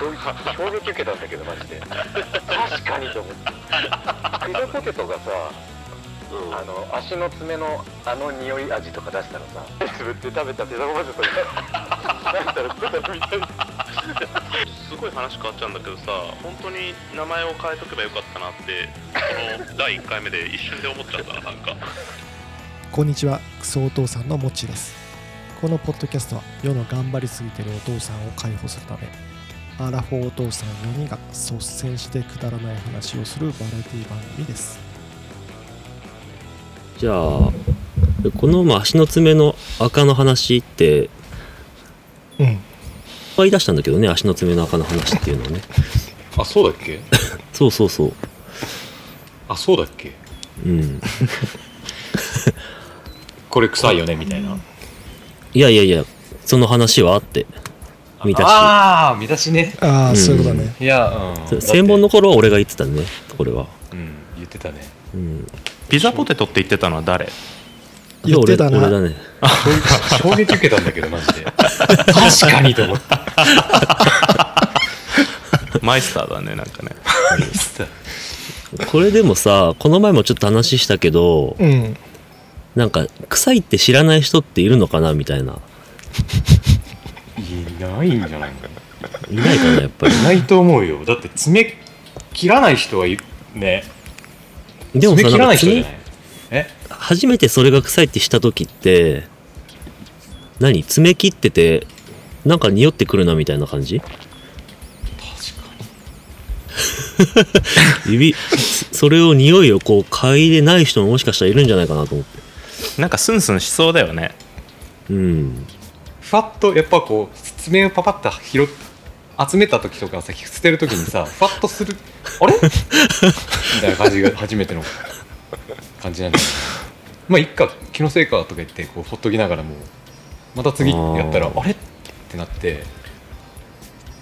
衝撃衝撃受けたんだけどマジで確かにと思ってクドポテトがさうんあの足の爪のあの匂い味とか出したらさ目つぶって食べたピザポテトがなんだろプザみたいなすごい話変わっちゃうんだけどさ本当に名前を変えとけばよかったなってこの第1回目で一瞬で思っち ゃったなんかこんにちはクソお父さんのモッチーですこのポッドキャストは世の頑張りすぎてるお父さんを解放するためアラフォーお父さん4人が率先してくだらない話をするバラエティ番組ですじゃあこのまあ足の爪の赤の話ってうん言い出したんだけどね足の爪の赤の話っていうのをねあそうだっけそうそうそうあそうだっけうんこれ臭いよねみたいないやいやいやその話はあって見出しああ見出しねああ、うんそういうことねいやうんだって専門の頃は俺が言ってたねこれはうん言ってたねうんピザポテトって言ってたのは 誰いや言ってたな俺俺だね衝撃衝撃受けたんだけどマジで確かにと思ったマイスターだねなんかねこれでもさこの前もちょっと話したけどうんなんか臭いって知らない人っているのかなみたいないないんじゃないかいないかなやっぱりいないと思うよだって爪切らない人はいねでもさ爪切らなんないか人じ爪ゃないえ初めてそれが臭いってした時って何爪切っててなんか匂ってくるなみたいな感じ確かに指そそれを匂いをこう嗅いでない人ももしかしたらいるんじゃないかなと思ってなんかスンスンしそうだよねうんふわっとやっぱこう爪をパパッと拾って集めた時とかさ捨てる時に さふわっとするあれみたいな感じが初めての感じなんだよねまあいっか気のせいかとか言ってこうほっときながらもうまた次やったらああーれってなって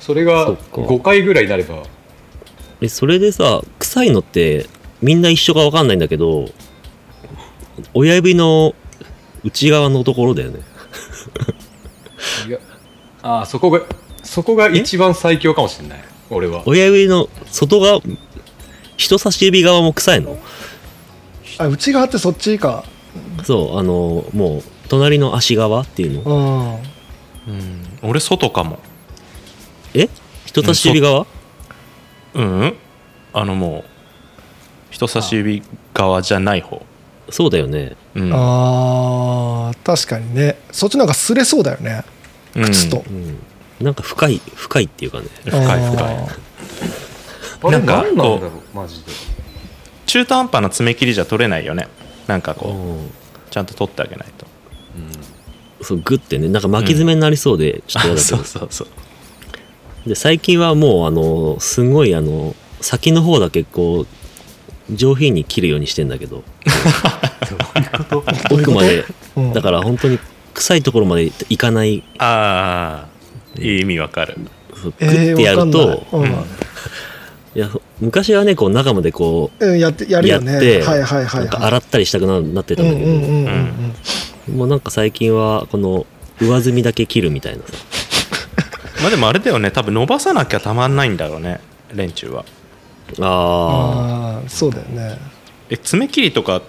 それそがっか5回ぐらいになればえそれでさ臭いのってみんな一緒かわかんないんだけど親指の内側のところだよねいやあーそこがそこが一番最強かもしれない俺は親指の外側人差し指側も臭いのあ内側ってそっちかそうあのもう隣の足側っていうのうんうん俺外かもえ人差し指側うんうんあのもう人差し指側じゃない方そうだよねうんあー確かにねそっちなんか擦れそうだよねうん靴と、うんなんか深い深いっていうかね深い深いああれなんか何なんだろこうマジで中途半端な爪切りじゃ取れないよねなんかこうんうちゃんと取ってあげないとそうグッてねなんか巻き爪になりそうで、ちょっと嫌だけど そうそうそうで最近はもうあのすごいあの先の方だけこう上品に切るようにしてんだけどーどういう奥ことまでうんだから本当に臭いところまでいかないああいい意味わかるそうグえッーてやると、わかんないうんいや昔はねこう中までこううんやってやるやよっねてはいはいはないんかは洗ったりしたくななっていたんだけど、うんうんうんうんうんもうなんか最近はこの上積みだけ切るみたいなさまあでもあれだよね多分伸ばさなきゃたまんないんだろうね連中はあああそうだよねえ爪切りとか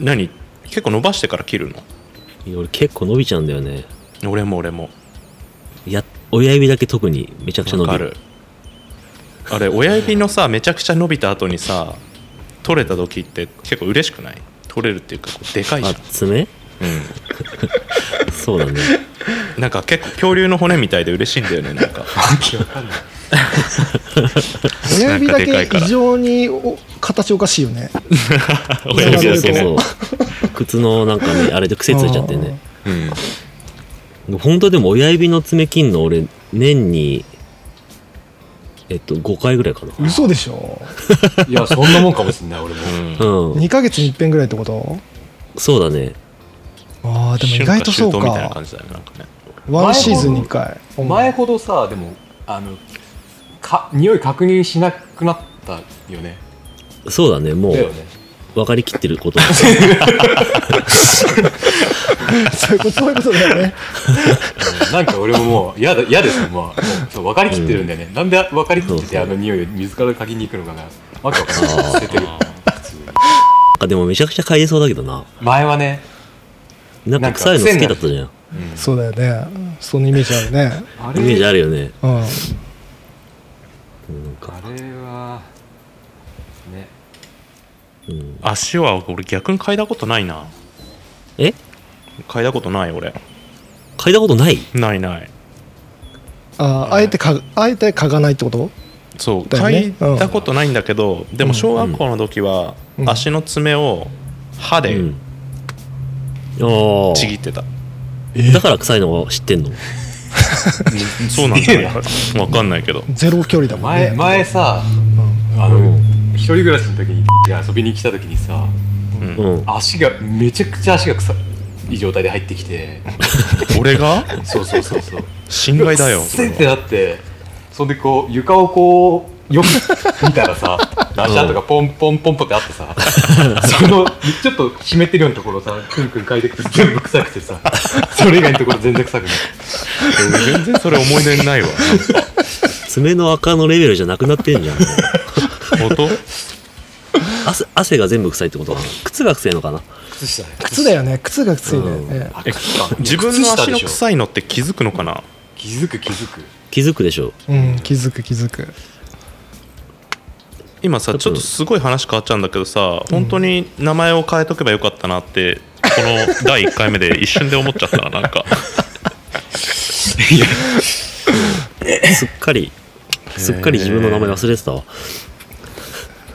何結構伸ばしてから切るーいや俺結構伸びちゃうんだよねの俺も俺もや親指だけ特にめちゃくちゃ伸わかびるるあれ親指のさめちゃくちゃ伸びた後にさ取れた時って結構嬉しくない取れるっていうかこうでかいじゃあん、爪 そうだねうん、なんか結構恐竜の骨みたいで嬉しいんだよねなん か親指だなんかでかけいから異常にお形おかしいよね親指だけねそうそうそう靴のなんかねあれで癖ついちゃってねうん本当でも親指の爪切んの俺年にえっと5回ぐらいかな嘘でしょいやそんなもんかもしれない俺もうん2ヶ月に一遍ぐらいってことそうだねああでも意外とそう春夏秋冬みたいなか感じだよねなんかねワンシーズン2回前ほどさでもあのか匂い確認しなくなったよねそうだねもだようね分かりきってること。 そういうことそういうことだよね。なんか俺ももう 嫌だ嫌ですもんまあもうそう分かりきってるんだよね、なんで分かりきっててあの匂いを自ら嗅ぎに行くのかなわけわかんない捨ててる普通にあでもめちゃくちゃ嗅いでそうだけどな。前はね、なんか臭いの好きだったじゃん。うんそうだよね。そのイメージあるね。あイメージれあるよね。うん。なんか、あれはねうん、足は俺逆に嗅いだことないなえ嗅いだことない俺嗅いだことないないないああえてかあえて嗅がないってことそう、だよね嗅いだことないんだけど、でも小学校の時はうん足の爪を歯うでん。あちぎってた、あ。だから臭いのは知ってんの。そうなんじゃないか分かんないけどゼロ距離だもんね。前前さうんあの一人暮らしの時にが遊びに来た時にさうんうん。足がめちゃくちゃ足が臭い状態で入ってきて俺がそうそうそうそう侵害 だようっそせれーってはなってそんでこう床をこうよく見たらさラシャンとかポンポンポンポンってあってさそのちょっと湿ってるようなところをさくんくん嗅いでくと全部臭くてさそれ以外のところ全然臭くない俺全然それ思い出にないわ爪の赤のレベルじゃなくなってんじゃん。 本当汗汗が全部臭いってことかな。靴が臭いのかな。靴下ね靴だよね。靴が臭いんだよね。あ靴下自分の足の靴下でしょ臭いのって気づくのかな気づく気づく気づくでしょうん気づく気づく。今さちょっとすごい話変わっちゃうんだけどさ本当に名前を変えとけばよかったなって、この第1回目で一瞬で思っちゃ ったななんかう。すっかり、すっかり自分の名前忘れてたわ。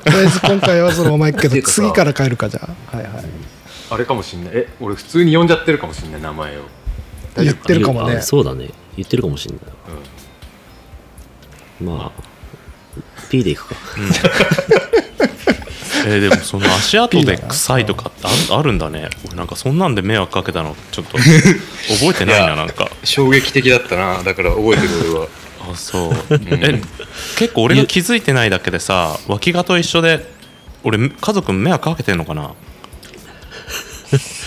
とりあえず今回はそのまま行く けていどうかさ次から帰るかじゃあ。はいはい。あれかもしんないえ俺普通に呼んじゃってるかもしんない名前を大言丈夫っかてるかもねあ。そうだね。言ってるかもしれない。うんまあ、P でいくか。 えーでもその足跡で臭いとかってああるんだね俺なんかそんなんで迷惑かけたのちょっ と覚えてないいなやなんか衝撃的だったなだから覚えてる俺はあそうえ結構俺が気づいてないだけでさ脇がと一緒で俺家族迷惑かけてんのかな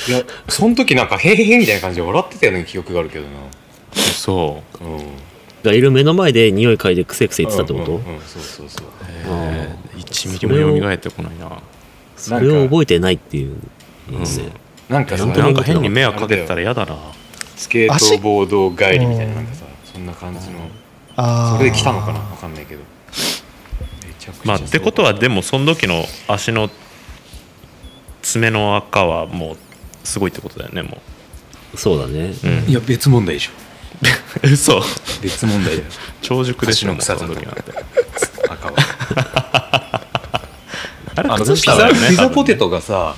いやその時なんか「へへへ」みたいな感じで笑ってたような記憶があるけどなそうんがいる目の前で匂い嗅いで癖癖言ってたってこと、うんうんうんそうそうそうう、えー、1ミリも蘇ってこないなそれを覚えてないっていう、ねなんかそ本の当になんか変に迷惑かけてたら嫌だなスケートボード帰りみたいななんかさそんな感じのああ。それで来たのかなわかんないけどめちゃくちゃまあってことはでもその時の足の爪の赤はもうすごいってことだよねもそうだね。う、うんいや別問題でしょ、嘘別問題だよ長熟でしょもう足その臭のさと時なんて 赤はあれあの靴ピ下だザよねピザポテトがさ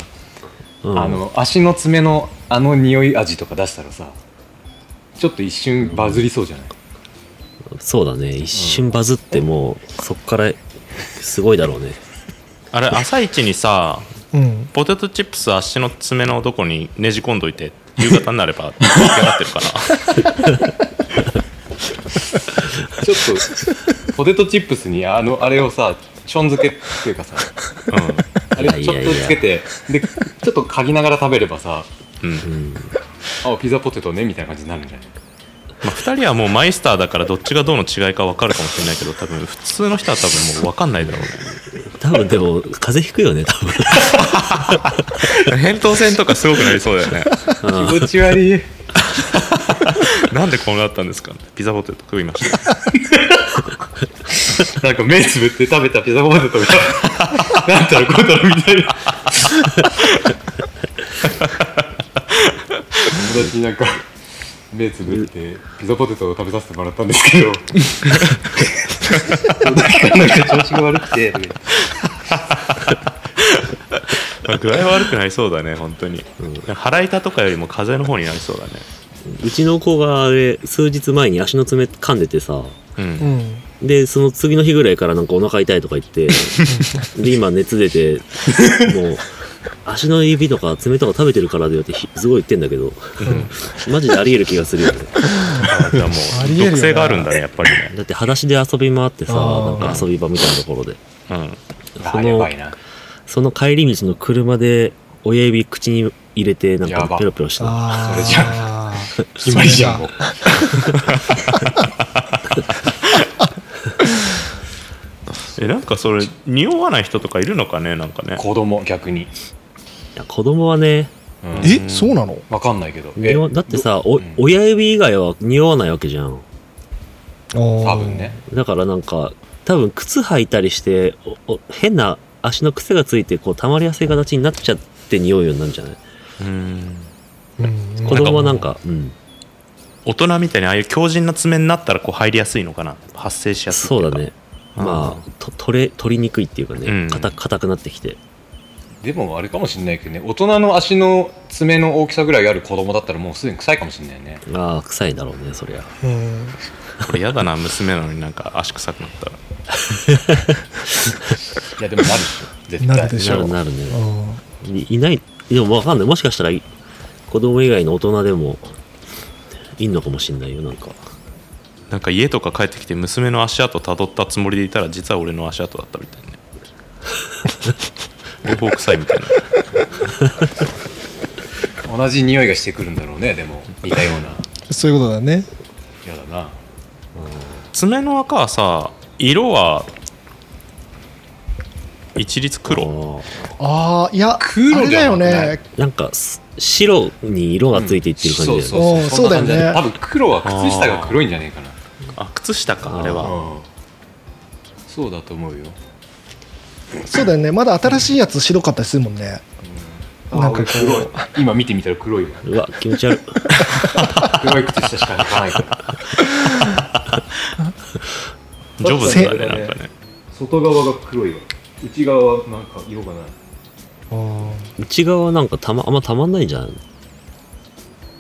うんあの足の爪のあの匂い味とか出したらさちょっと一瞬バズりそうじゃない、そうだね。一瞬バズってもう、そっから、すごいだろうね。あれ朝一にさうん。ポテトチップス足の爪のどこにねじ込んどいて夕方になれば出来上がってるかなちょっとポテトチップスにあのあれをさちょん漬けっていうかさあれちょっとつけてでちょっと嗅ぎながら食べればさうん、うんあピザポテトねみたいな感じになるんじゃないまあ、2人はもうマイスターだからどっちがどうの違いか分かるかもしれないけど多分普通の人は多分もう分かんないだろうね多分で も、風邪ひくよね、多分。扁桃腺とかすごくなりそうだよね気持ち悪い なんでこうなったんですかピザポテト食いましたなんか目つぶって食べたピザポ テトがなんたらこうたらみたいな友達になんか目つぶってピザポテトを食べさせてもらったんですけどその時からなんか調子が悪くてとか言ってまあ具合悪くなりそうだね本当に、腹痛とかよりも風邪の方になりそうだねうちの子があれ、数日前に足の爪噛んでてさ、うんうん。で、その次の日ぐらいからなんかお腹痛いとか言 って、で、今熱出て、もう、足の指とか爪とか食べてるからだよってひすごい言ってんだけど、 マジであり得る気がするよね。あじゃあもあうりえるよな毒性があるんだねやっぱりねだって裸足で遊び回ってさ、あなーんか遊び場みたいなところで。うんそあのやばいなその帰り道の車で親指口に入れて、なんやばかペロペロしてた。ああそれじゃ 決まりじゃんもう えなんかそれ匂わない人とかいるのかねなんかね子供逆に、いや子供はね、うん、うえんそうなのわかんないけどえ匂わだってさ、おうん親指以外は匂わないわけじゃん。多多分ねだからなんか、多分靴履いたりして、おお変な足の癖がついて、こう、溜まりやすい形になっちゃって匂うようになるんじゃないうん子供はなんか、うん。大人みたいにああいう強靭な爪になったらこう入りやすいのかな発生しやすいっそていうかだね。まあ、と取れ、取りにくいっていうかうんね、硬、硬くなってきて。でもあれかもしれないけどね大人の足の爪の大きさぐらいある子供だったらもうすでに臭いかもしれないねああ、臭いだろうね、そりゃ。うんこれ嫌だな娘なのになんか足臭くなったらいやでもなるでしょ絶対なるでしなょるうなるね。うんいいない、でもわかんない。もしかしたら、い子供以外の大人でも、いんのかもしんないよ、なんか。なんか家とか帰ってきて娘の足跡たどったつもりでいたら実は俺の足跡だったみたい なね両方臭いみたいな同じ匂いがしてくるんだろうねでも似たようなそういうことだね嫌だな爪の赤はさ色は一律黒あああいや黒あれだよじゃなねあなんか、す白に色がついていってる感じだよね。そうそおうそーんな感じそうだよね多分黒は靴下が黒いんじゃねえかなあ靴下かあれはうんそうだと思うよそうだよねまだ新しいやつ白かったりするもんねなんかこう黒い今見てみたら黒いわうわ、気持ち悪い。黒い靴下しか履かないからジョブズだねせなんかね外側が黒いわ内側はなんか色がない内側はなんかたま、あんまたまんないんじゃない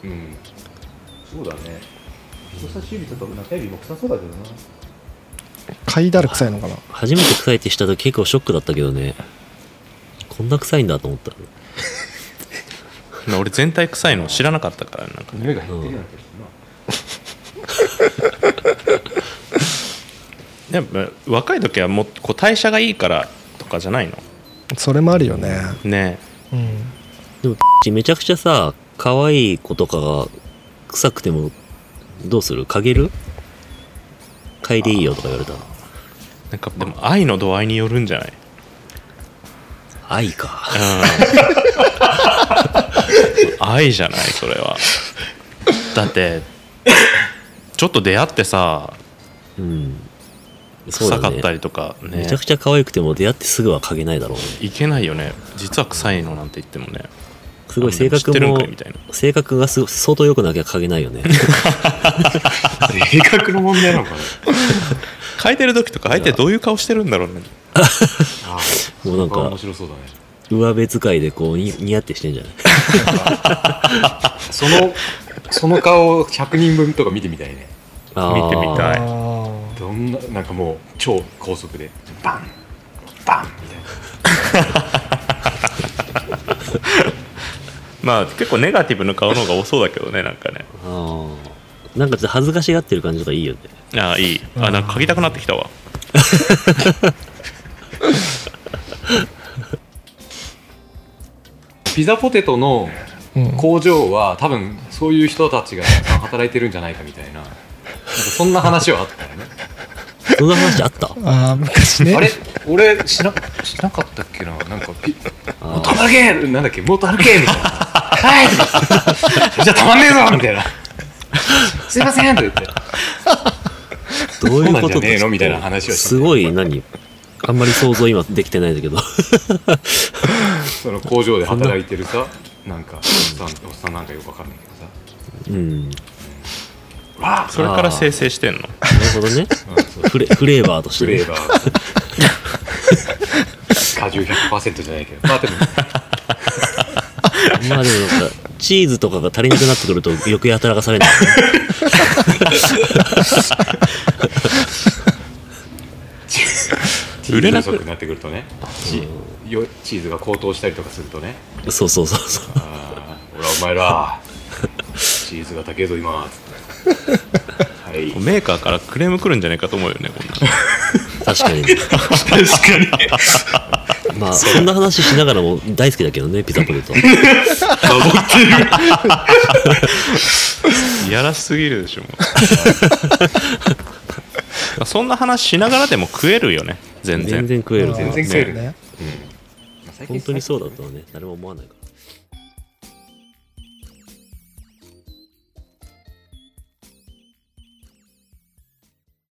うんそうだね人差し指とか中指も臭そうだけどな嗅いだら臭いのかな初めて臭いってした時結構ショックだったけどね。こんな臭いんだと思った。俺全体臭いの知らなかったからねなんか匂いが減ってるような気がするなやっぱ若い時はもうこう代謝がいいからとかじゃないのそれもあるよねねうんでも、めちゃくちゃさ、可愛い子とかが臭くても、どうする嗅げる嗅いでいいよとか言われたら。えなんかでも愛の度合いによるんじゃない愛か。愛じゃないそれ はだってちょっと出会ってさうん。そう臭だかねった。りとかねめちゃくちゃ可愛くても出会ってすぐは嗅げないだろうね。いけないよね実は臭いのなんて言ってもねすごいあで性も知って格るんもかいみたいな、性格がすご相当良くなきゃ嗅げないよね。性格の問題なのかな書いてる時とか相手どういう顔してるんだろうねああ もうなんかそこは面白そうだね上辺使いでこうに、にやってしてんじゃないそのその顔を100人分とか見てみたいねあー見てみたいはいあどんななんかもう超高速でバンバンみたいなまあ結構ネガティブな顔の方が多そうだけどねなんかねああなんかちょっと恥ずかしがってる感じとかいいよねああいいあなんか嗅ぎたくなってきたわピザポテトのーうん工場は多分そういう人たちが働いてるんじゃないかみたいななんかそんな話はあったよねそんな話あったあああ昔ねあれ俺しなしなかったっけななんかピ「元あ歩け!」なんだっけ「元歩け!」みたいな「はい!」じゃあたまんねえぞ!」みたいな「すいません!」と言ってどういうこそうなんじゃとねえのみたいな話をしてすごい何あんまり想像今できてないんだけどその工場で働いてるさなんかおっさんおっさんなんかよくわかんないけどさ うんな「わあ!」それから生成してんのるほどねフレフレーバーとしてフレねーバ ー果汁100%じゃないけどまあでもまあでもなんかチーズとかが足りなくなってくると余計働かされない、チーズ売れ不なく足になってくるとねチよチーズが高騰したりとかするとねそうそうそうそう「あーほらお前 らチーズが高えぞ今」つってはいメーカーからクレーム来るんじゃないかと思うよねこんなの確かに確かにまあそんな話しながらも大好きだけどねピザポテトい やらしすぎるでしょもう そんな話しながらでも食えるよね全然全然食える全然食えるね本当にそうだとはね誰も思わないから